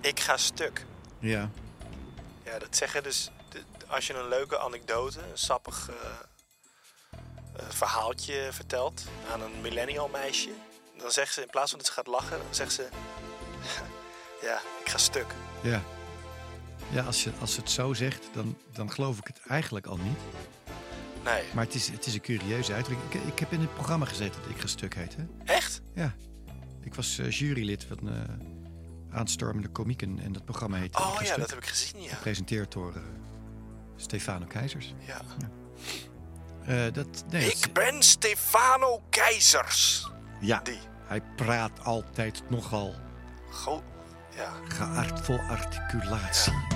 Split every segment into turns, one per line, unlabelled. Ik ga stuk.
Ja.
Ja, dat zeggen dus. de- Als je een leuke anekdote, een sappig eh, eh, verhaaltje vertelt aan een millennial meisje, dan zegt ze in plaats van dat ze gaat lachen, dan zegt ze: Ja, ik ga stuk.
Ja. Ja, als ze, als ze het zo zegt, dan, dan geloof ik het eigenlijk al niet.
Nee,
Maar het is, het is een curieuze uitdrukking. Ik, ik heb in het programma gezeten dat ik ga stuk heet. Hè?
echt?
Ja. Ik was eh, jurylid van eh, Aanstormende Komieken. En dat programma heette Ik
Oh
Ga
ja,
Stuk.
dat heb ik gezien, ja.
Gepresenteerd door eh, Stefano Keizers.
ja.
Eh, dat, nee, dat-
Ik ben Stefano Keizers.
ja,
die.
hij praat altijd nogal
Go ja.
geart vol articulatie.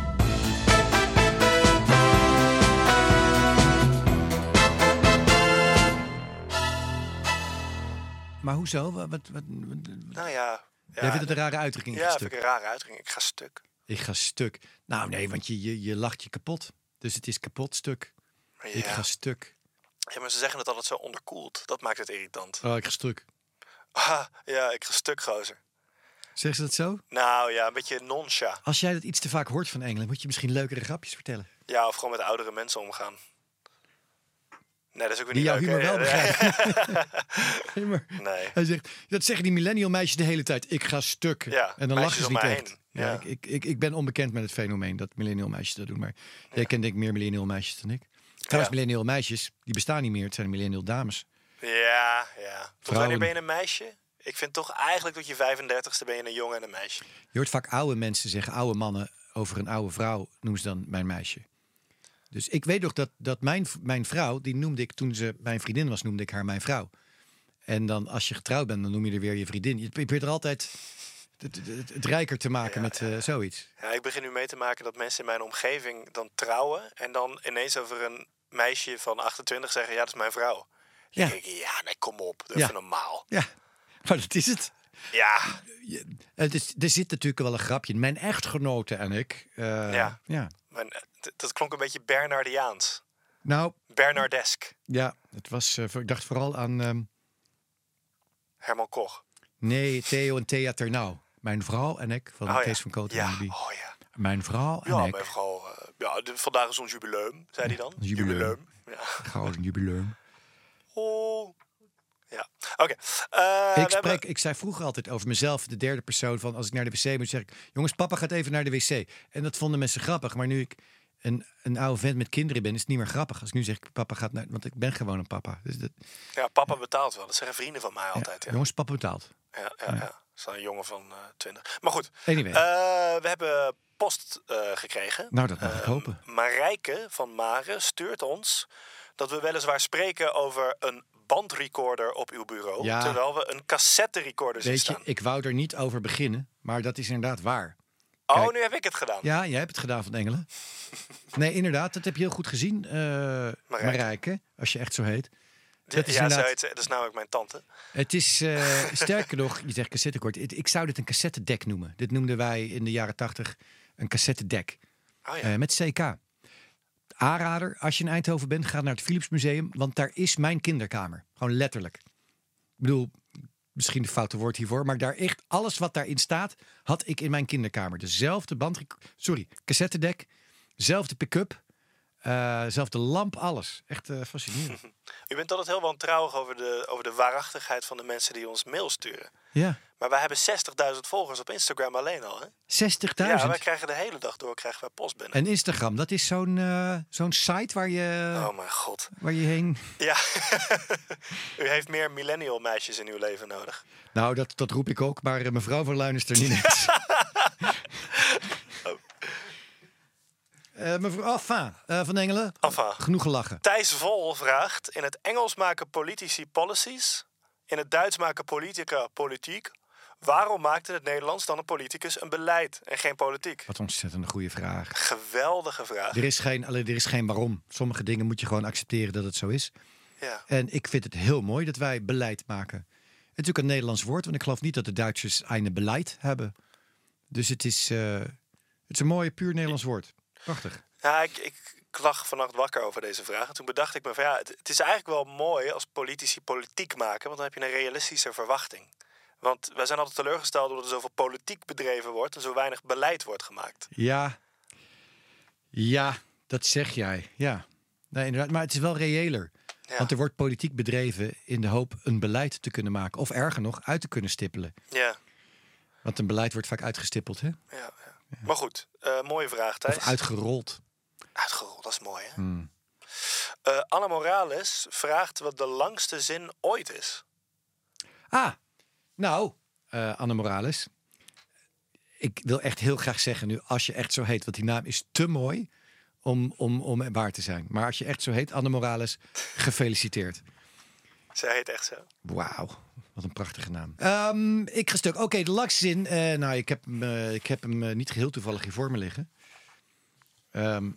Maar hoezo? Wat, wat, wat, wat-
Nou ja. ja
Jij vindt het een rare uitdrukking? ik ga
Ja,
stuk.
vind ik een rare uitdrukking. Ik ga stuk.
Ik ga stuk. Nou nee, want je, je, je lacht je kapot. Dus het is kapot stuk.
Maar
Ik
ja.
ga stuk.
ja, maar ze zeggen het altijd zo onderkoeld. Dat maakt het irritant.
Oh, ik ga stuk.
Ah, ja, ik ga stuk, gozer.
Zeggen ze dat zo?
Nou ja, een beetje noncha.
Als jij dat iets te vaak hoort van Engelen, moet je misschien leukere grapjes vertellen.
Ja, of gewoon met oudere mensen omgaan. Nee, dat is ook weer
Die
niet
jouw
leuk.
humor
hè?
wel
Nee.
begrijpen. Nee, maar
Nee.
Hij zegt, dat zeggen die millennial meisjes de hele tijd. Ik ga stuk.
Ja,
en
meisjes
dan lachen ze
om
niet
mij
echt.
heen.
Ja.
Ja.
ik, ik, ik, ik ben onbekend met het fenomeen dat millennial meisjes dat doen. Maar jij kent denk ik meer millennial meisjes dan ik. Trouwens, millennial meisjes, die bestaan niet meer. Het zijn millennial dames.
Ja, ja. Tot wanneer
Vrouwen.
ben je een meisje? Ik vind toch eigenlijk tot je 35ste ben je een jongen en een meisje.
Je hoort vaak oude mensen zeggen, oude mannen over een oude vrouw noemen ze dan mijn meisje. Dus ik weet nog dat, dat mijn, v- mijn vrouw, die noemde ik toen ze mijn vriendin was, noemde ik haar mijn vrouw. En dan als je getrouwd bent, dan noem je er weer je vriendin. Je probeert er altijd het, het, het- het rijker te maken met eh, zoiets.
Ja, ik begin nu mee te maken dat mensen in mijn omgeving dan trouwen en dan ineens over een meisje van 28 zeggen: Ja, dat is mijn vrouw. Ja,
Ja.
denk ik, ja nee, kom op. Dat
Ja.
is normaal.
Ja, maar dat is het.
Ja,
Je- het is, Eh, dus er zit natuurlijk wel een grapje in. Mijn echtgenote en ik. eh, ja.
Ja. maar, eh, d- dat klonk een beetje Bernardiaans.
Nou,
Bernardesk.
ja, het was, eh, voor- ik dacht vooral aan ehm,
Herman Koch.
nee, Theo en Thea Ternauw. Mijn vrouw en ik, van
Oh, ja.
Oh, Kees van Koten.
Ja,
en die.
oh ja.
Mijn vrouw en
Ja,
ik.
maar vooral, eh, ja, de- vandaag is ons jubileum, zei hij dan.
Jubileum.
Ja.
Gouden jubileum.
Oh. Ja, oké. Eh, we
ik, spreek,
hebben-
ik zei vroeger altijd over mezelf, de derde persoon, van als ik naar de wc moet, zeg ik... Jongens, papa gaat even naar de wc. En dat vonden mensen grappig. Maar nu ik een, een oude vent met kinderen ben, is het niet meer grappig. Als ik nu zeg, papa gaat naar... Want ik ben gewoon een papa. Dus dat,
Ja, papa betaalt wel. Dat zeggen vrienden van mij altijd. Ja, ja.
Jongens, papa betaalt.
ja, ja, Dat is dan een jongen van eh 20. Maar goed,
Anyway.
Eh, we hebben post eh, gekregen.
Nou, dat mag ik
Eh,
hopen.
Marijke van Mare stuurt ons dat we weliswaar spreken over een bandrecorder op uw bureau,
Ja.
terwijl we een cassette recorder zien
Weet je,
staan.
ik wou er niet over beginnen, maar dat is inderdaad waar.
Oh,
kijk.
nu heb ik het gedaan.
Ja, jij hebt het gedaan van Engelen. Nee, inderdaad, dat heb je heel goed gezien, eh Marijke. als je echt zo heet.
Ja,
Dat is
zo
inderdaad,
heet ze. dat is namelijk mijn tante.
het is eh, sterker nog, je zegt cassettekort. Het- Ik zou dit een cassettedek noemen. Dit noemden wij in de jaren tachtig een cassettedek.
Oh ja.
Eh, met CK. Aanrader, als je in Eindhoven bent, ga naar het Philips Museum, want daar is mijn kinderkamer. Gewoon letterlijk. Ik bedoel, misschien een foute woord hiervoor, maar daar echt alles wat daarin staat, had ik in mijn kinderkamer. Dezelfde band, sorry, cassettedek, dezelfde pick-up, eh, zelfde lamp, alles. Echt eh, fascinerend.
U bent altijd heel wantrouwig over de, over de waarachtigheid van de mensen die ons mail sturen.
ja, 60.000.
Maar wij hebben 60.000 volgers op Instagram alleen al. Hè? Ja, wij krijgen de hele dag door krijgen wij postbinnen.
en Instagram, dat is zo'n eh, zo'n site waar je,
Oh mijn god.
waar je heen...
Ja. U heeft meer millennial meisjes in uw leven nodig.
Nou, dat, dat roep ik ook, maar eh, mevrouw van Luin is er niet eens. Eh, mevrouw enfin, eh, van Engelen,
Enfin.
genoeg gelachen.
Thijs Vol vraagt: In het Engels maken politici policies, in het Duits maken politica politiek. Waarom maakt in het Nederlands dan een politicus een beleid en geen politiek?
Wat een ontzettend goede vraag.
Geweldige vraag.
Er is, geen, alleen, er is geen waarom. Sommige dingen moet je gewoon accepteren dat het zo is.
Ja.
En ik vind het heel mooi dat wij beleid maken. Het is natuurlijk een Nederlands woord, want ik geloof niet dat de Duitsers een beleid hebben. Dus het is, eh, het is een mooi, puur Nederlands woord. Prachtig.
Ja, ik, ik, ik lag vannacht wakker over deze vraag. En toen bedacht ik me van ja, het, het is eigenlijk wel mooi als politici politiek maken, want dan heb je een realistische verwachting. Want wij zijn altijd teleurgesteld omdat er zoveel politiek bedreven wordt en zo weinig beleid wordt gemaakt.
Ja. Ja, dat zeg jij. Ja. Nee, inderdaad. Maar het is wel reëler.
Ja.
Want er wordt politiek bedreven in de hoop een beleid te kunnen maken. Of erger nog, uit te kunnen stippelen.
Ja,
Want een beleid wordt vaak uitgestippeld, hè?
ja, ja. Maar goed, eh, mooie vraag Thijs.
Of uitgerold.
Uitgerold, dat is mooi hè.
Hmm.
Eh, Anne Morales vraagt wat de langste zin ooit is.
Ah, nou, eh, Anne Morales. Ik wil echt heel graag zeggen nu, als je echt zo heet, want die naam is te mooi om, om, om waar te zijn. Maar als je echt zo heet, Anne Morales, gefeliciteerd.
Zij heet echt zo.
Wauw, wat een prachtige naam. Ehm, ik ga stuk. Oké, de langste zin. eh, nou, ik heb hem, eh, ik heb hem eh, niet geheel toevallig hier voor me liggen. Ehm,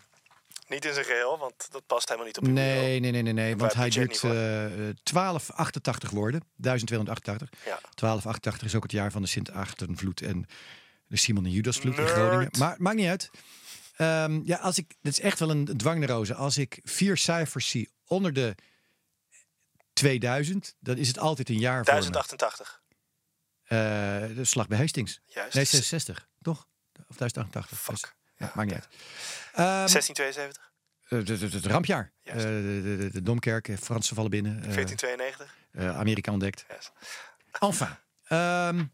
Niet in zijn geheel, want dat past helemaal niet op je bureau.
nee, nee, nee, nee, nee. Want
het
hij
budget
duurt
niet
eh, eh, 1288 woorden. 1288.
Ja.
1288 is ook het jaar van de Sint-Achtenvloed en de Simon en Judasvloed in
Nerd.
Groningen. Maar maakt niet uit. Ehm, ja, als ik, dit is echt wel een dwangneuroze. Als ik vier cijfers zie onder de 2000, dan is het altijd een jaar voor me.
1088.
Eh, de slag bij Hastings.
Juist.
Nee, 66, toch? Of 1088.
Fuck.
Ja,
Ja.
maakt niet uit. Ehm,
1672,
eh, Het het- het rampjaar. Eh,
Juist.
de, de, de, de Domkerk, eh, Fransen vallen binnen. eh,
1492.
eh, Amerika ontdekt.
Yes.
Enfin. ehm,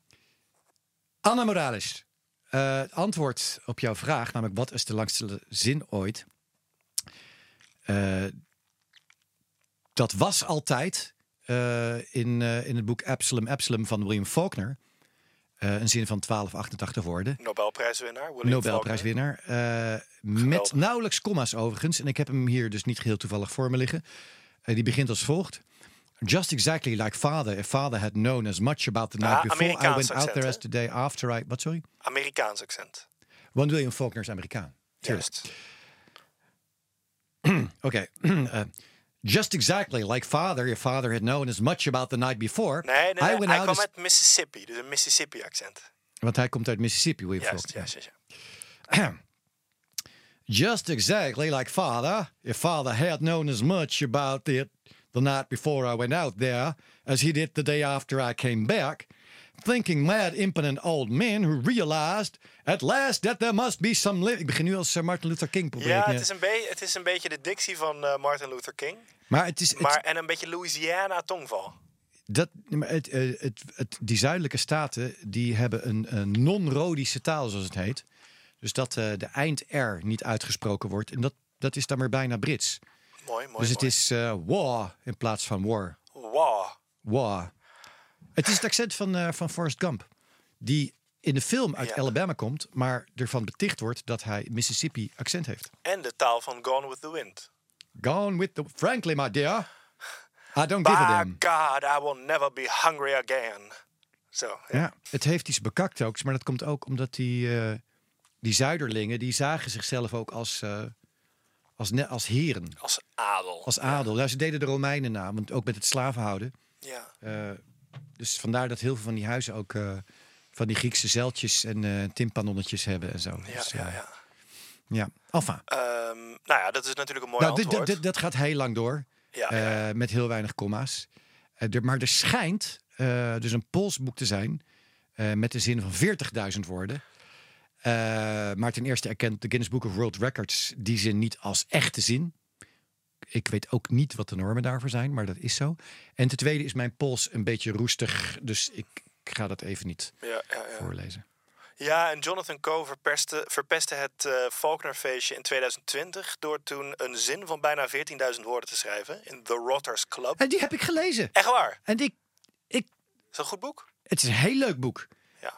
Anna Morales. eh, het antwoord op jouw vraag, namelijk wat is de langste zin ooit? Eh, dat was altijd eh, in, eh, in het boek Absalom Absalom van William Faulkner. eh, een zin van 1288 woorden.
Nobelprijswinnaar. William Faulkner.
Nobelprijswinnaar. eh, met
Geweldig.
nauwelijks comma's overigens. En ik heb hem hier dus niet geheel toevallig voor me liggen. Eh, die begint als volgt. Just exactly like father. If father had known as much about the night
Ah,
before, I
Amerikaans
went out
accent,
there
hè?
as the day after I... Wat, sorry?
Amerikaans accent.
Want William Faulkner is Amerikaan. Tuurlijk.
Juist.
Oké. Eh, just exactly like father. If father had known as much about the night before,
Nee, nee, nee,
I went
hij
out...
kwam
as-
uit Mississippi, dus een Mississippi accent.
Want hij komt uit Mississippi, William
Juist,
Faulkner.
juist, juist. ja.
Just exactly like father. If father had known as much about it the night before I went out there as he did the day after I came back, thinking mad, impotent old men who realized at last that there must be some living. Ik begin nu als Sir Martin Luther King probeer
Ja,
ik,
het is, een be- het is een beetje de dictie van eh, Martin Luther King.
maar het is het-
Maar, en een beetje Louisiana tongval.
dat, maar het, eh, het, het, die zuidelijke staten die hebben een, een non-rodische taal zoals het heet, dus dat eh, de eind r niet uitgesproken wordt en dat dat is dan maar bijna Brits.
Mooi, mooi.
Dus het
mooi.
is eh war in plaats van war.
Wow.
War. Het is het accent van, eh, van Forrest Gump. Die in de film uit
Ja.
Alabama komt, maar ervan beticht wordt dat hij Mississippi accent heeft.
En de taal van Gone with the Wind.
Gone with the... Frankly, my dear, I don't give a
By
damn.
God, I will never be hungry again. Zo, ja.
Ja, het heeft iets bekakt ook, maar dat komt ook omdat die, eh, die Zuiderlingen, die zagen zichzelf ook als, eh, als, ne- als heren,
als adel.
als adel. Ja, ze deden de Romeinen na, want ook met het slavenhouden.
Ja.
Eh, dus vandaar dat heel veel van die huizen ook eh, van die Griekse zeiltjes en eh timpanonnetjes hebben en zo.
Ja,
Dus,
ja,
eh,
ja.
ja. Alfa.
Ehm, nou ja, dat is natuurlijk een mooi
nou, dit,
antwoord.
dit, dit- dat gaat heel lang door,
ja,
eh,
ja.
met heel weinig comma's. Eh, er- maar er schijnt eh, dus een Pools boek te zijn eh, met een zin van 40.000 woorden. Eh, maar ten eerste erkent de Guinness Book of World Records die zin niet als echte zin. Ik weet ook niet wat de normen daarvoor zijn, maar dat is zo. En ten tweede is mijn Pools een beetje roestig, dus ik ga dat even niet
ja, ja, ja.
voorlezen.
Ja, en Jonathan Coe verpestte, verpestte het eh, Faulknerfeestje in 2020 door toen een zin van bijna 14.000 woorden te schrijven in The Rotters Club.
En die heb ik gelezen.
Echt waar?
En ik, ik,
Is dat een goed boek?
het is een heel leuk boek.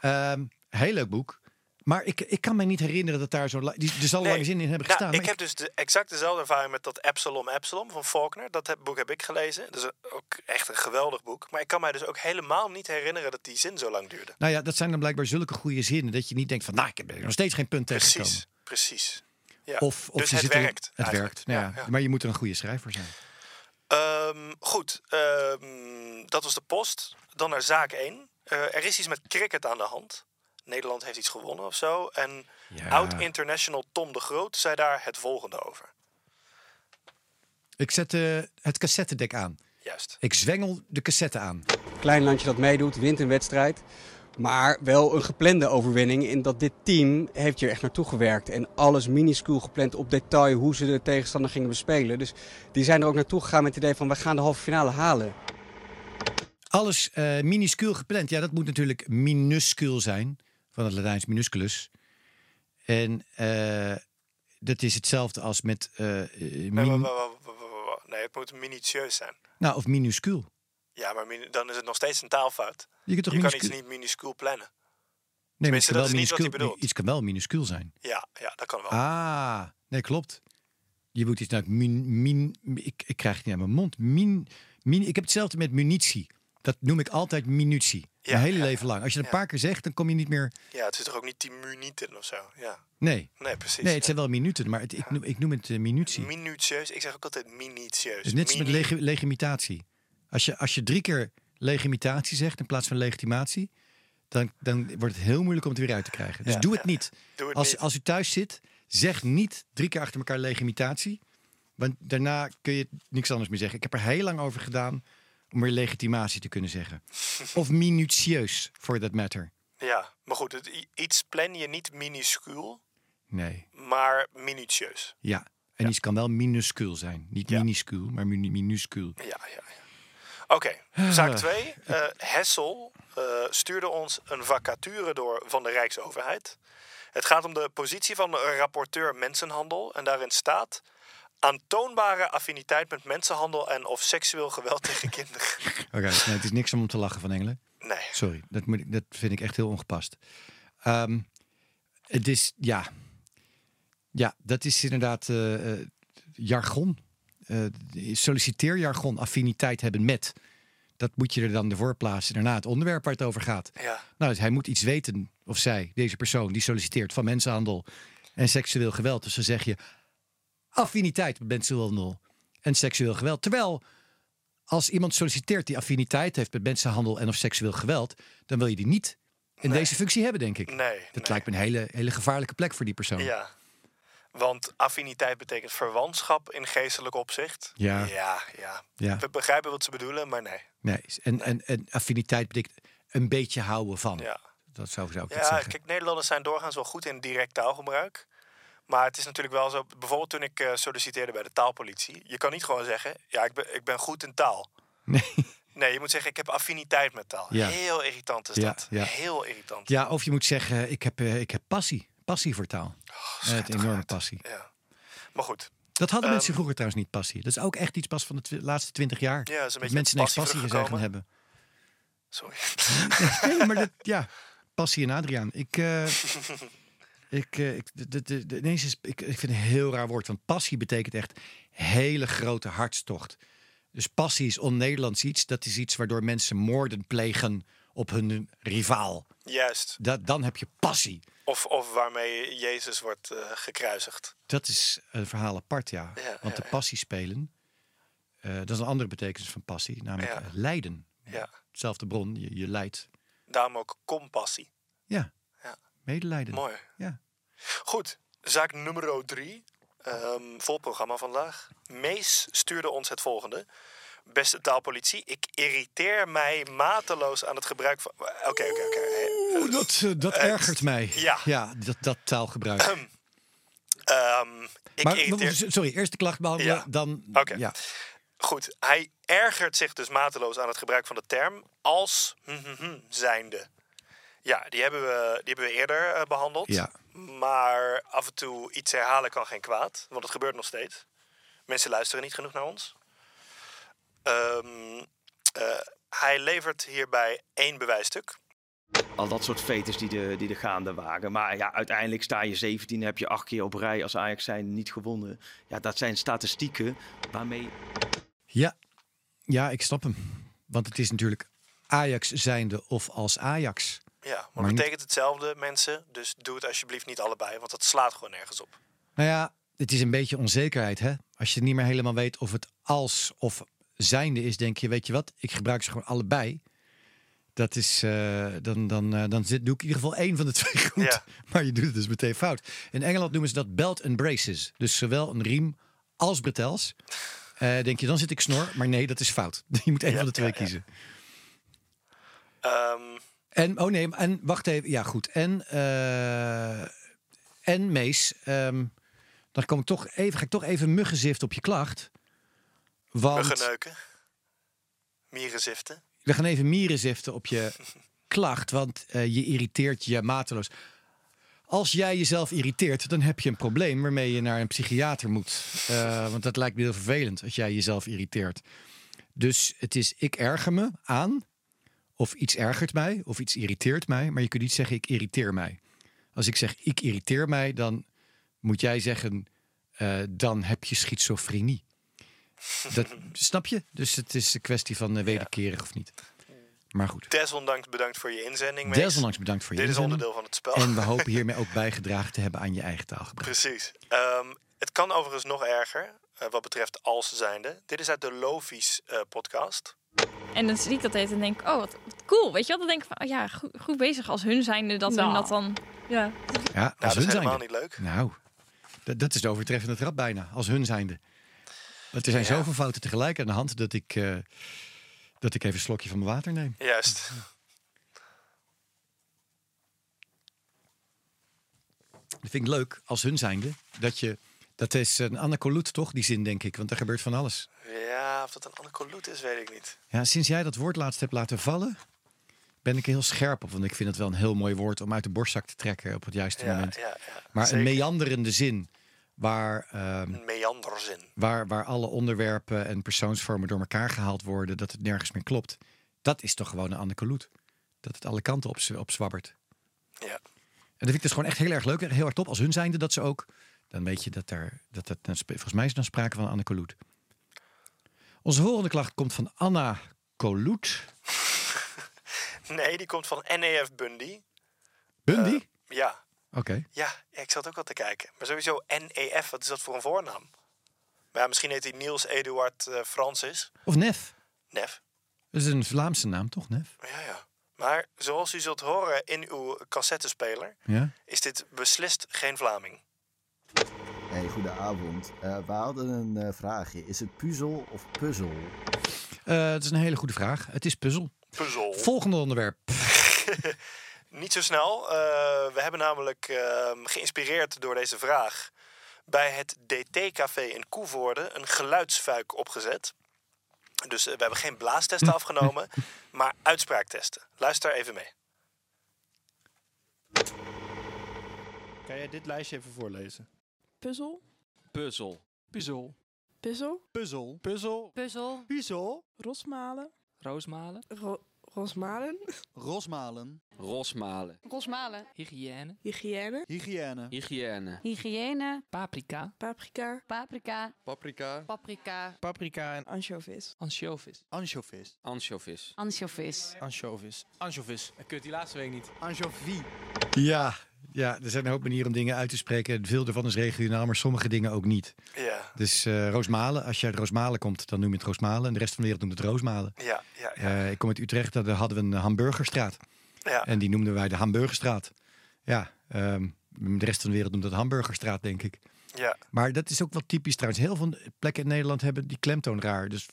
Ehm, heel leuk boek. Maar ik, ik kan me niet herinneren dat daar zo'n... la- die- Er zal
Nee.
lange zin in hebben
Nou,
gestaan.
ik
maar
heb dus de, exact dezelfde ervaring met dat Absalom Absalom van Faulkner. Dat heb, boek heb ik gelezen. Dat is ook echt een geweldig boek. Maar ik kan mij dus ook helemaal niet herinneren dat die zin zo lang duurde.
Nou ja, dat zijn dan blijkbaar zulke goede zinnen... dat je niet denkt van, nou, ik ben er nog steeds geen punt tegengekomen.
Precies, precies. Ja.
Of, of
dus
je
het
zit er-
werkt.
het
eigenlijk.
werkt, nou ja.
Ja, ja.
Maar je moet er een goede schrijver zijn.
Ehm, goed, ehm, dat was de post. Dan naar zaak 1. Eh, er is iets met cricket aan de hand. Nederland heeft iets gewonnen of zo. En
Ja.
oud-international Tom de Groot zei daar het volgende over.
Ik zet eh, het cassettedek aan.
Juist.
Ik zwengel de cassette aan.
Klein landje dat meedoet, wint een wedstrijd. Maar wel een geplande overwinning. In dat dit team heeft hier echt naartoe gewerkt. En alles minuscuul gepland op detail hoe ze de tegenstander gingen bespelen. Dus die zijn er ook naartoe gegaan met het idee van we gaan de halve finale halen.
Alles eh, minuscuul gepland. Ja, dat moet natuurlijk minuscuul zijn. Van het Latijns minusculus. En eh, dat is hetzelfde als met. eh, eh,
Nee,
min-
wa- wa- wa- wa- wa- wa- nee, het moet minutieus zijn.
nou, of minuscuul.
Ja, maar minu- dan is het nog steeds een taalfout.
Je kunt toch
Je kan
minuscuul.
iets niet minuscuul plannen.
nee, maar
tenminste,
het kan
dat
wel
is niet wat hij
minuscuul-
bedoelt. Oh.
Iets kan wel minuscuul zijn.
Ja, ja dat kan wel.
Ah, nee, klopt. Je moet iets nou min, min, ik, ik krijg het niet aan mijn mond. Min, min, ik heb hetzelfde met munitie. Dat noem ik altijd minutie.
Ja,
Mijn hele
ja,
leven lang. Als je het
ja.
een paar keer zegt, dan kom je niet meer.
Ja, het is toch ook niet 10 minuten of zo. Ja,
Nee,
nee, precies.
nee het zijn wel minuten, maar het, ik, noem, ik noem het eh, minutie.
Minutieus, ik zeg ook altijd minutieus.
Dus net als met
Mini-
legi- legimitatie. Als je, als je drie keer legimitatie zegt in plaats van legitimatie, dan, dan wordt het heel moeilijk om het weer uit te krijgen. Dus
Ja.
doe het niet.
Doe het
Als,
niet.
als u thuis zit, zeg niet drie keer achter elkaar legimitatie. Want daarna kun je niks anders meer zeggen. Ik heb er heel lang over gedaan om weer legitimatie te kunnen zeggen. Of minutieus, for that matter.
Ja, maar goed, het, i- iets plan je niet minuscuul,
Nee,
maar minutieus.
ja. En iets kan wel minuscuul zijn. Niet
Ja.
minuscuul, maar minu- minuscuul.
Ja, ja, ja. Oké, zaak 2. Hessel eh, stuurde ons een vacature door van de Rijksoverheid. Het gaat om de positie van de rapporteur mensenhandel. En daarin staat aantoonbare affiniteit met mensenhandel en of seksueel geweld tegen kinderen.
Oké, nee, het is niks om om te lachen van Engelen.
Nee,
Sorry, dat, moet ik, dat vind ik echt heel ongepast. Ehm, het is, ja. Ja, dat is inderdaad eh, eh, jargon. Eh, solliciteerjargon, affiniteit hebben met. Dat moet je er dan ervoor plaatsen. Daarna het onderwerp waar het over gaat.
ja.
Nou, dus hij moet iets weten, of zij, deze persoon die solliciteert van mensenhandel en seksueel geweld. Dus dan zeg je affiniteit met mensenhandel en seksueel geweld. Terwijl als iemand solliciteert die affiniteit heeft met mensenhandel en of seksueel geweld, dan wil je die niet in deze functie hebben, denk ik.
Nee,
Dat
nee.
lijkt me een hele, hele gevaarlijke plek voor die persoon.
Ja. Want affiniteit betekent verwantschap in geestelijk opzicht.
Ja.
Ja, ja.
Ja.
We begrijpen wat ze bedoelen, maar nee.
Nee. En, en, en affiniteit betekent een beetje houden van.
Ja.
Dat zou, zou ik het
Ja,
zeggen.
kijk, Nederlanders zijn doorgaans wel goed in direct taalgebruik. Maar het is natuurlijk wel zo, bijvoorbeeld toen ik eh, solliciteerde bij de taalpolitie. Je kan niet gewoon zeggen, ja, ik ben, ik ben goed in taal.
Nee.
Nee, je moet zeggen, ik heb affiniteit met taal.
Ja.
Heel irritant is
Ja,
dat.
ja.
Heel irritant.
Ja, of je moet zeggen, ik heb, eh, ik heb passie. Passie voor
Oh,
taal. Eh, het enorme passie.
Ja. Maar goed,
Dat hadden
Ehm,
mensen vroeger trouwens niet passie. Dat is ook echt iets pas van de twi- laatste twintig jaar.
Ja, dat is een beetje
mensen ineens
passie
passie zijn gaan hebben.
sorry.
Nee, maar dat, ja, passie en Adriaan. Ik, eh, ik, eh, ik, d- d- d- d- ineens is, ik, ik vind het een heel raar woord. Want passie betekent echt hele grote hartstocht. Dus passie is on-Nederlands iets. Dat is iets waardoor mensen moorden plegen op hun rivaal.
Juist.
Dat, dan heb je passie.
Of, of waarmee Jezus wordt eh, gekruisigd.
Dat is een verhaal apart, ja.
Ja,
Want
ja,
de passie spelen, eh, dat is een andere betekenis van passie, namelijk
Ja.
eh, lijden.
Ja.
Zelfde bron, je, je lijdt.
Daarom ook compassie.
Ja,
Ja.
medelijden.
Mooi.
Ja.
Goed, zaak nummer drie. Ehm, vol programma vandaag. Mees stuurde ons het volgende. Beste taalpolitie, ik irriteer mij mateloos aan het gebruik van... Oké, oké, oké.
Oeh, dat, eh, dat ergert mij.
ja.
dat, dat taalgebruik.
Ehm, ik
maar,
irriteer...
sorry, eerst de klacht behandelen,
Ja.
dan...
Oké.
Ja.
Goed, hij ergert zich dus mateloos aan het gebruik van de term als hm, zijnde. Ja, die hebben we, die hebben we eerder eh, behandeld.
Ja.
Maar af en toe iets herhalen kan geen kwaad, want het gebeurt nog steeds. Mensen luisteren niet genoeg naar ons. Ehm, eh, hij levert hierbij één bewijsstuk.
Al dat soort fetes die de, die de gaande waren. Maar ja, uiteindelijk sta je 17, heb je acht keer op rij als Ajax zijn niet gewonnen. Ja, dat zijn statistieken waarmee...
Ja. ja, ik snap hem. Want het is natuurlijk Ajax zijnde of als Ajax.
Ja, maar,
Maar
het
niet-
betekent hetzelfde, mensen. Dus doe het alsjeblieft niet allebei, want dat slaat gewoon nergens op.
Nou ja, het is een beetje onzekerheid, hè? Als je niet meer helemaal weet of het als of zijnde is, denk je, weet je wat, ik gebruik ze gewoon allebei. Dat is, eh, dan, dan, eh, dan zit, doe ik in ieder geval één van de twee goed.
Ja.
Maar je doet het dus meteen fout. In Engeland noemen ze dat belt and braces. Dus zowel een riem als bretels. Eh, denk je, dan zit ik snor. Maar nee, dat is fout. Je moet één
Ja,
van de twee
ja, ja.
kiezen.
Ehm,
En, oh nee, en wacht even. Ja, goed. En, eh, en Mees, ehm, dan kom ik toch even, ga ik toch even muggenzift op je klacht. Want
muggeneuken. Mierenziften.
we gaan even mieren ziften op je klacht, want eh, je irriteert je mateloos. Als jij jezelf irriteert, dan heb je een probleem waarmee je naar een psychiater moet. Eh, want dat lijkt me heel vervelend als jij jezelf irriteert. Dus het is ik erger me aan, of iets ergert mij, of iets irriteert mij. Maar je kunt niet zeggen ik irriteer mij. Als ik zeg ik irriteer mij, dan moet jij zeggen eh, dan heb je schizofrenie. Dat snap je? Dus het is een kwestie van eh, wederkerig of niet. Maar goed.
Desondanks bedankt voor je inzending. Mees.
Desondanks bedankt voor je
Dit is
inzending.
onderdeel van het spel.
En we hopen hiermee ook bijgedragen te hebben aan je eigen taalgebruik.
Precies. Ehm, het kan overigens nog erger eh, wat betreft als zijnde. Dit is uit de Lofi's eh, podcast.
En dan zie ik dat heet en denk ik, oh, wat, wat cool. Weet je wel, dan denk ik van, oh ja, goed, goed bezig als hun zijnde dat
Nou.
hun dat dan...
Ja.
Ja,
Nou,
als
dat
hun
is helemaal
zijnde.
niet leuk.
Nou, dat, dat is de overtreffende trap bijna. Als hun zijnde. Want er zijn
Ja.
zoveel fouten tegelijk aan de hand dat ik, eh, dat ik even een slokje van mijn water neem.
Juist.
Dat vind ik leuk als hun zijnde. Dat je. Dat is een Anna Coloet, toch, die zin, denk ik? Want daar gebeurt van alles.
Ja, of dat een anacoloet is, weet ik niet.
Ja, sinds jij dat woord laatst hebt laten vallen, ben ik er heel scherp op. Want ik vind het wel een heel mooi woord om uit de borstzak te trekken op het juiste
Ja,
moment.
ja, ja.
Maar
Zeker.
een meanderende zin waar, ehm,
Een meanderzin.
waar, waar alle onderwerpen en persoonsvormen door elkaar gehaald worden, dat het nergens meer klopt. Dat is toch gewoon een Anne Caloet. Dat het alle kanten op, z- op zwabbert.
Ja.
En dat vind ik dus gewoon echt heel erg leuk en heel erg top. Als hun zijnde dat ze ook, dan weet je dat daar, dat, dat, dan sp- volgens mij is dan sprake van een Anne Caloet. Onze volgende klacht komt van Anna Coloet.
Nee, die komt van NEF Bundy.
Bundy?
Ja.
Oké.
ja, ja, ik zat ook al te kijken. Maar sowieso NEF, wat is dat voor een voornaam? Maar ja, misschien heet hij Niels Eduard eh, Francis.
Of Nef.
Nef.
Dat is een Vlaamse naam, toch, Nef?
Ja, ja. Maar zoals u zult horen in uw cassettespeler,
Ja.
is dit beslist geen Vlaming.
Hey, goedenavond. Eh we hadden een eh, vraagje. Is het puzzel of puzzel?
Eh, het is een hele goede vraag. Het is puzzel.
Puzzel.
Volgende onderwerp.
Niet zo snel. Eh, we hebben namelijk ehm, geïnspireerd door deze vraag bij het DT-café in Koevoorde een geluidsfuik opgezet. Dus eh, we hebben geen blaastesten afgenomen, maar uitspraaktesten. Luister even mee.
Kan jij dit lijstje even voorlezen?
Puzzel.
Puzzel.
Puzzel.
Puzzel.
Puzzel. Puzzel.
Puzzel,
Puzzel.
Rosmalen.
roosmalen,
Ro- Rosmalen.
Rosmalen.
Rosmalen.
rosmalen,
Hygiëne.
Hygiëne.
Hygiëne.
Hygiëne.
hygiëne,
Paprika.
Paprika.
paprika,
Paprika.
paprika,
Paprika en
Anchovies.
Anchovies.
anchovies.
Anchovies.
ansjovis,
Anchovies. Anchovies.
Ik kunt die laatste week niet.
Anchovie.
Ja, ja, er zijn een hoop manieren om dingen uit te spreken. En Veel daarvan is regionaal, maar sommige dingen ook niet.
Ja,
Dus eh, Roosmalen, als je uit Roosmalen komt, dan noem je het Roosmalen. En de rest van de wereld noemt het Roosmalen.
ja, ja. ja.
Eh, ik kom uit Utrecht, daar hadden we een hamburgerstraat.
ja.
En die noemden wij de Hamburgerstraat. Ja, ehm, de rest van de wereld noemt dat Hamburgerstraat, denk ik.
ja.
Maar dat is ook wel typisch trouwens. Heel veel plekken in Nederland hebben die klemtoon raar. Dus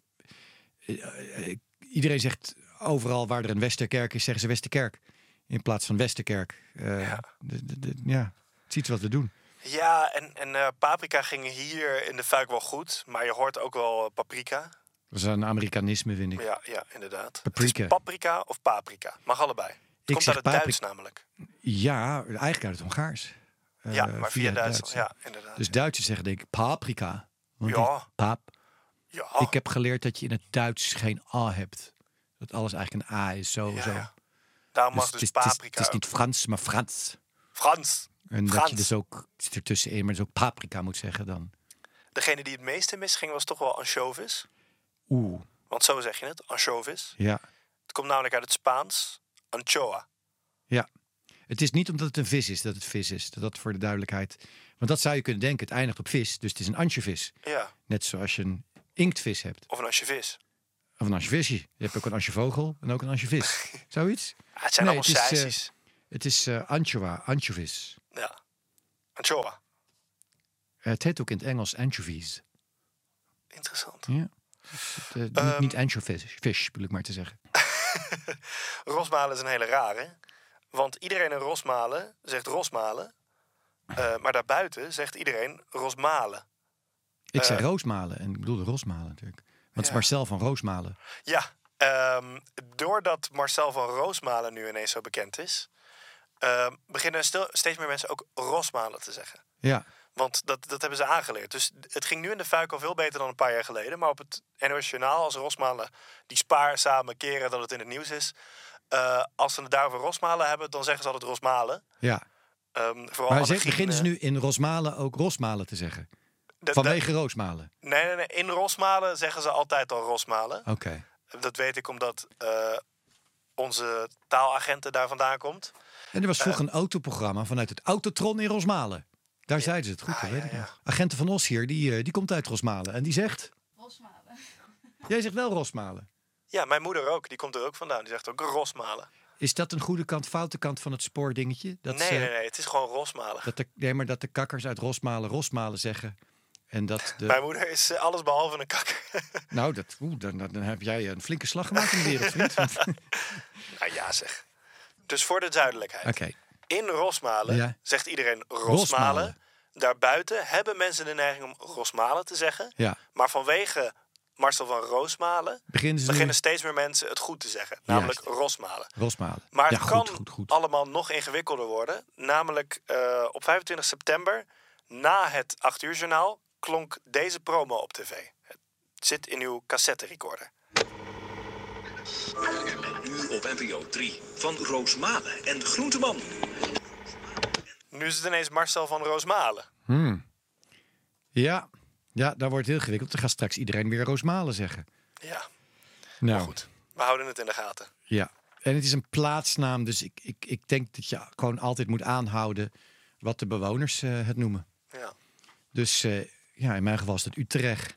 eh, eh, iedereen zegt overal waar er een Westerkerk is, zeggen ze Westerkerk. In plaats van Westerkerk. Eh,
Ja.
d- d- d- ja, het is iets wat we doen.
Ja, en, en eh, paprika ging hier in de fuik wel goed, maar je hoort ook wel eh, paprika.
Dat is een Amerikanisme, vind ik.
Ja, ja, inderdaad. Het
Paprika.
is paprika of paprika. Mag allebei. Het komt
zeg
uit het
papri-
Duits namelijk.
Ja, eigenlijk uit het Hongaars. Eh,
ja, maar via,
het
Duits.
Duits,
Ja, inderdaad.
Dus Duitsers zeggen denk ik paprika. Want die
Ja. Ah.
Pap.
ja.
Ik eh, heb geleerd dat je in het Duits geen A hebt. Dat alles eigenlijk een A is, zo.
Ja,
zo.
ja. Daarom
Dus
mag
het
dus
is- het, is,
paprika.
het is niet Frans, maar Frans.
Frans.
En dat
Frans.
je dus ook het zit ertussenin, maar dus ook paprika moet zeggen dan.
Degene die het meeste misging was toch wel anchovis.
Oeh,
Want zo zeg je het, anchovis.
ja.
Het komt namelijk uit het Spaans anchoa.
Het is niet omdat het een vis is dat het vis is. Dat, dat voor de duidelijkheid. Want dat zou je kunnen denken. Het eindigt op vis, dus het is een ansjovis.
Ja,
Net zoals je een inktvis hebt.
of een anchovis.
Of een ansjovisje. Je hebt ook een ansjevogel en ook een ansjovis. Zoiets?
Ah, het zijn
Nee,
allemaal
het is, eh,
saisies.
Het is eh anchoa, anchovis.
Ja. Anchoa.
Het heet ook in het Engels anchovies.
Interessant.
Ja. Het, eh, niet-
Ehm.
niet anchovies, fish, bedoel ik maar te zeggen.
Rosmalen is een hele rare. Want iedereen in Rosmalen zegt Rosmalen. eh, maar daarbuiten zegt iedereen Rosmalen.
Ik zei
Eh.
roosmalen en ik bedoelde rosmalen natuurlijk. Want het is
Ja.
Marcel van Roosmalen.
Ja, ehm, doordat Marcel van Roosmalen nu ineens zo bekend is... ehm, beginnen stil- steeds meer mensen ook Rosmalen te zeggen.
Ja,
Want dat, dat hebben ze aangeleerd. Dus het ging nu in de fuik al veel beter dan een paar jaar geleden. Maar op het NOS Journaal, als Rosmalen die spaarzame keren dat het in het nieuws is... eh, als ze het daarover Rosmalen hebben, dan zeggen ze altijd Rosmalen.
ja.
Ehm, vooral
maar ze
Annegien,
beginnen ze
eh,
dus nu in Rosmalen ook Rosmalen te zeggen.
dat-
Vanwege Roosmalen.
dat- nee, nee, nee, in Rosmalen zeggen ze altijd al Rosmalen.
Oké.
Dat weet ik omdat eh, onze taalagenten daar vandaan komt.
En er was
eh,
vroeger een autoprogramma vanuit het Autotron in Rosmalen. Daar zeiden ze het
Ah,
goed, dat weet ik nog. Agenten van Os hier, die, eh, die komt uit Rosmalen. En die zegt...
Rosmalen.
Jij zegt wel Rosmalen.
Ja, mijn moeder ook. Die komt er ook vandaan. Die zegt ook Rosmalen.
Is dat een goede kant, foute kant van het spoordingetje? Dat, eh,
nee, eh.
ze-
nee, nee. Het is gewoon Rosmalen.
Dat de, nee, maar dat de kakkers uit Rosmalen Rosmalen zeggen. En dat de...
Mijn moeder is eh, alles behalve een kakker.
Nou, dat, oeh, dan, dan dan heb jij een flinke slag gemaakt in de wereld, vriend. Oké.
nou ja, zeg. Dus voor de duidelijkheid. In Rosmalen
Ja.
zegt iedereen Rosmalen.
Rosmalen.
Daarbuiten hebben mensen de neiging om Rosmalen te zeggen.
Ja.
Maar vanwege Marcel van Roosmalen
Beginnen ze
beginnen
nu...
steeds meer mensen het goed te zeggen. Namelijk Rosmalen.
Rosmalen.
Maar
ja,
het kan
goed, goed, goed.
allemaal nog ingewikkelder worden. Namelijk eh, op 25 september, na het 8 uur journaal, klonk deze promo op tv. Het zit in uw cassette recorder.
Nu op NPO 3 van Roosmalen en Groenteman.
Nu is het ineens Marcel van Roosmalen.
Hmm. Ja. ja, daar wordt het heel ingewikkeld. Dan gaat straks iedereen weer Roosmalen zeggen.
Ja,
Nou,
goed. We houden het in de gaten.
ja. En het is een plaatsnaam, dus ik, ik, ik denk dat je gewoon altijd moet aanhouden wat de bewoners eh, het noemen.
Ja.
Dus eh, ja, in mijn geval is dat Utrecht.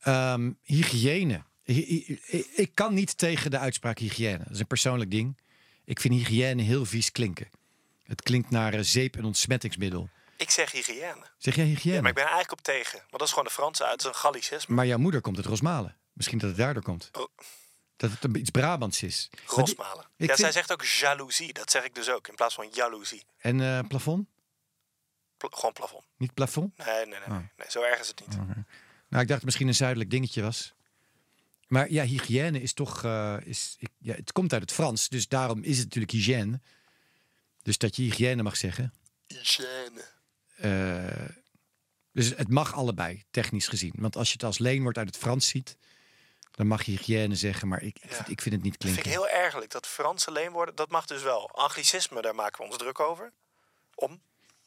Ehm, hygiëne. Hy- hy- hy- ik kan niet tegen de uitspraak hygiëne. Dat is een persoonlijk ding. Ik vind hygiëne heel vies klinken. Het klinkt naar eh, zeep en ontsmettingsmiddel.
Ik zeg hygiëne.
Zeg jij hygiëne?
Maar ik ben er eigenlijk op tegen. Want dat is gewoon de Franse uit. Dat is een Gallicisme.
Maar jouw moeder komt uit Rosmalen. Misschien dat het daardoor komt.
Oh.
Dat het een- iets Brabants is. Maar die-
Rosmalen. Ja,
vind-
zij zegt ook jaloezie. Dat zeg ik dus ook. In plaats van jaloezie.
En eh, plafond?
Pla- gewoon plafond.
Niet plafond?
Nee, nee,
Ah.
nee, nee. Nee, Zo erg is het niet.
Nou, ik dacht misschien een zuidelijk dingetje was. Maar ja, hygiëne is toch... eh, is, ik, ja, het komt uit het Frans, dus daarom is het natuurlijk hygiëne. Dus dat je hygiëne mag zeggen.
Hygiëne.
Eh, dus het mag allebei, technisch gezien. Want als je het als leenwoord uit het Frans ziet... dan mag je hygiëne zeggen, maar ik, ik,
Ja.
vind, ik vind het niet
Dat vind
klinken.
ik heel ergelijk. Dat Franse leenwoorden, dat mag dus wel. Anglicisme, daar maken we ons druk over. Om.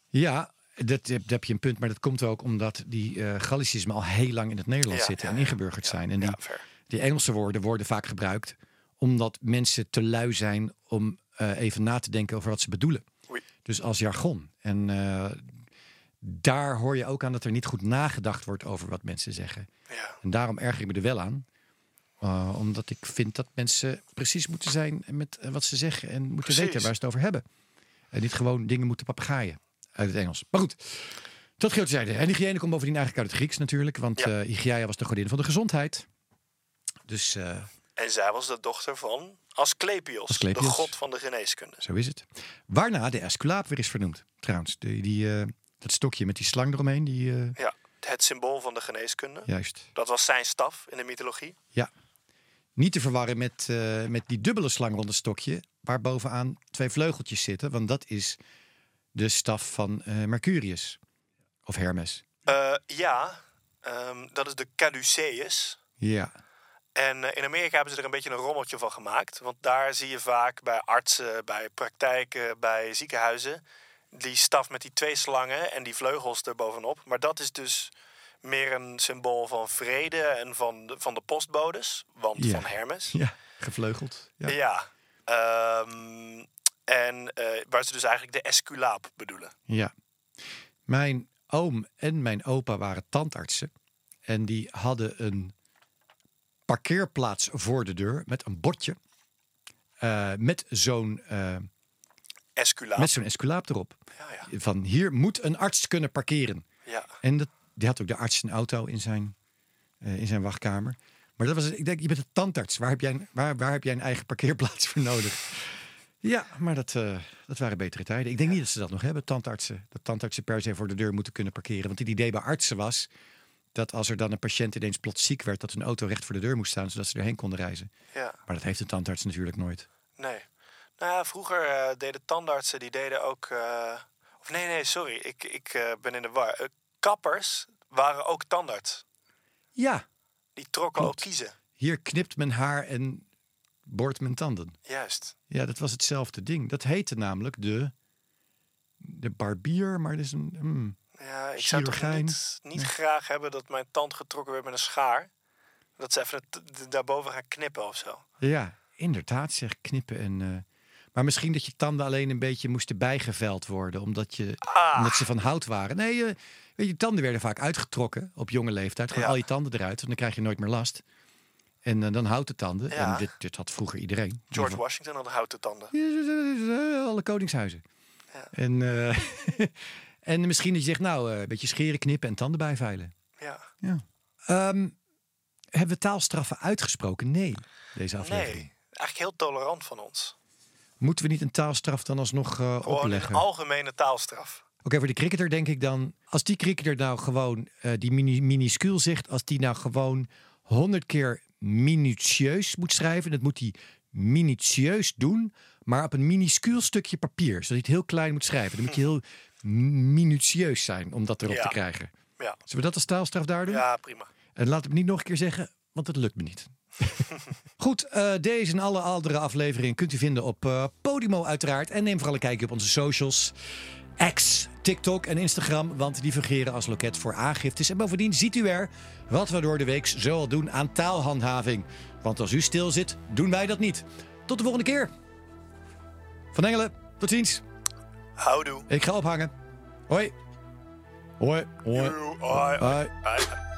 Ja, dat, daar heb je een punt. Maar dat komt ook omdat die eh Gallicismen al heel lang in het Nederlands
Ja,
zitten...
ja,
en ingeburgerd zijn. En die,
Ja, ver.
die Engelse woorden worden vaak gebruikt omdat mensen te lui zijn om eh, even na te denken over wat ze bedoelen.
Oei.
Dus als jargon. En eh, daar hoor je ook aan dat er niet goed nagedacht wordt over wat mensen zeggen.
Ja.
En daarom erger ik me er wel aan. Eh, omdat ik vind dat mensen precies moeten zijn met eh, wat ze zeggen en moeten
Precies.
weten waar ze het over hebben. En niet gewoon dingen moeten papegaaien uit het Engels. Maar goed, dat geldt zijde. En hygiëne komt bovendien eigenlijk uit het Grieks natuurlijk, want
Ja.
eh, Hygiëia was de godin van de gezondheid. Dus eh,
En zij was de dochter van Asclepios,
Asclepios.
de god van de geneeskunde.
zo is het. Waarna de Esculaap weer is vernoemd, trouwens. Die, die, eh, dat stokje met die slang eromheen, die... eh,
Ja, het symbool van de geneeskunde.
Juist.
Dat was zijn staf in de mythologie.
Niet te verwarren met, eh, met die dubbele slang rond het stokje, waar bovenaan twee vleugeltjes zitten, want dat is de staf van eh, Mercurius of Hermes.
Eh, ja, ehm, dat is de caduceus.
Ja,
En eh, in Amerika hebben ze er een beetje een rommeltje van gemaakt. Want daar zie je vaak bij artsen, bij praktijken, bij ziekenhuizen... die staf met die twee slangen en die vleugels erbovenop. Maar dat is dus meer een symbool van vrede en van de, van de postbodes. Want
Ja.
van Hermes.
ja. gevleugeld. Ja.
Ja. Ehm, en eh, waar ze dus eigenlijk de esculaap bedoelen.
Ja. Mijn oom en mijn opa waren tandartsen. En die hadden een parkeerplaats voor de deur met een bordje. eh, met zo'n eh,
Esculaap.
met zo'n esculaap erop.
Ja, ja.
Van hier moet een arts kunnen parkeren.
ja.
En dat, die had ook de arts een auto in zijn eh, in zijn wachtkamer. Maar dat was, het- ik denk, je bent een tandarts. Waar heb jij een, waar, waar heb jij een eigen parkeerplaats voor nodig? Ja, maar dat, eh, dat waren betere tijden. Ik denk niet dat ze dat nog hebben, tandartsen. Dat tandartsen per se voor de deur moeten kunnen parkeren. Want het idee bij artsen was dat als er dan een patiënt ineens plots ziek werd... dat een auto recht voor de deur moest staan, zodat ze erheen konden reizen.
Ja.
Maar dat heeft een tandarts natuurlijk nooit.
Nee. Nou ja, vroeger eh, deden tandartsen, die deden ook... eh, Of nee, nee, sorry. Ik, ik eh, ben in de war. Eh, kappers waren ook tandarts.
Ja,
Die trokken
Klopt.
ook kiezen.
hier knipt men haar en boort men tanden.
Juist.
Ja, dat was hetzelfde ding. Dat heette namelijk de, de barbier, maar dat is een... mm.
Ja, ik zou toch
Chirurgijn.
niet, niet graag hebben dat mijn tand getrokken werd met een schaar. Dat ze even het- d- daarboven gaan knippen of zo.
Ja, inderdaad, zeg knippen en. eh, maar misschien dat je tanden alleen een beetje moesten bijgeveld worden, omdat, je,
Ah,
omdat ze van hout waren. Nee, eh, weet je, tanden werden vaak uitgetrokken op jonge leeftijd. Gewoon
Ja.
al je tanden eruit, en dan krijg je nooit meer last. En eh, dan houten tanden.
Ja.
En dit, dit had vroeger iedereen.
George Washington had houten tanden.
Alle koningshuizen. En, eh, en misschien dat je zegt, nou, eh, een beetje scheren, knippen en tanden bijveilen.
Ja.
Ja. Ehm, hebben we taalstraffen uitgesproken? Nee, deze aflevering.
Nee, eigenlijk heel tolerant van ons.
Moeten we niet een taalstraf dan alsnog eh,
Gewoon een
opleggen? Oké,
algemene taalstraf.
voor de cricketer denk ik dan... Als die cricketer nou gewoon eh, die mini, minuscuul zegt... als die nou gewoon honderd keer minutieus moet schrijven... dat moet hij minutieus doen, maar op een minuscuul stukje papier. Zodat hij het heel klein moet schrijven. Dan moet je heel minutieus zijn om dat erop
Ja.
te krijgen.
Ja,
Zullen we dat als taalstraf daar doen?
ja prima.
En laat het me niet nog een keer zeggen, want het lukt me niet. Goed, eh, deze en alle andere afleveringen kunt u vinden op eh, Podimo uiteraard. En neem vooral een kijkje op onze socials. X, TikTok en Instagram, want die fungeren als loket voor aangiftes. En bovendien ziet u er wat we door de week zoal doen aan taalhandhaving. Want als u stil zit, doen wij dat niet. Tot de volgende keer. Van Engelen, tot ziens.
Houdoe.
Ik ga ophangen. Hoi. Hoi.
Doei.
Hoi.
Hoi.
Hoi.
Hoi.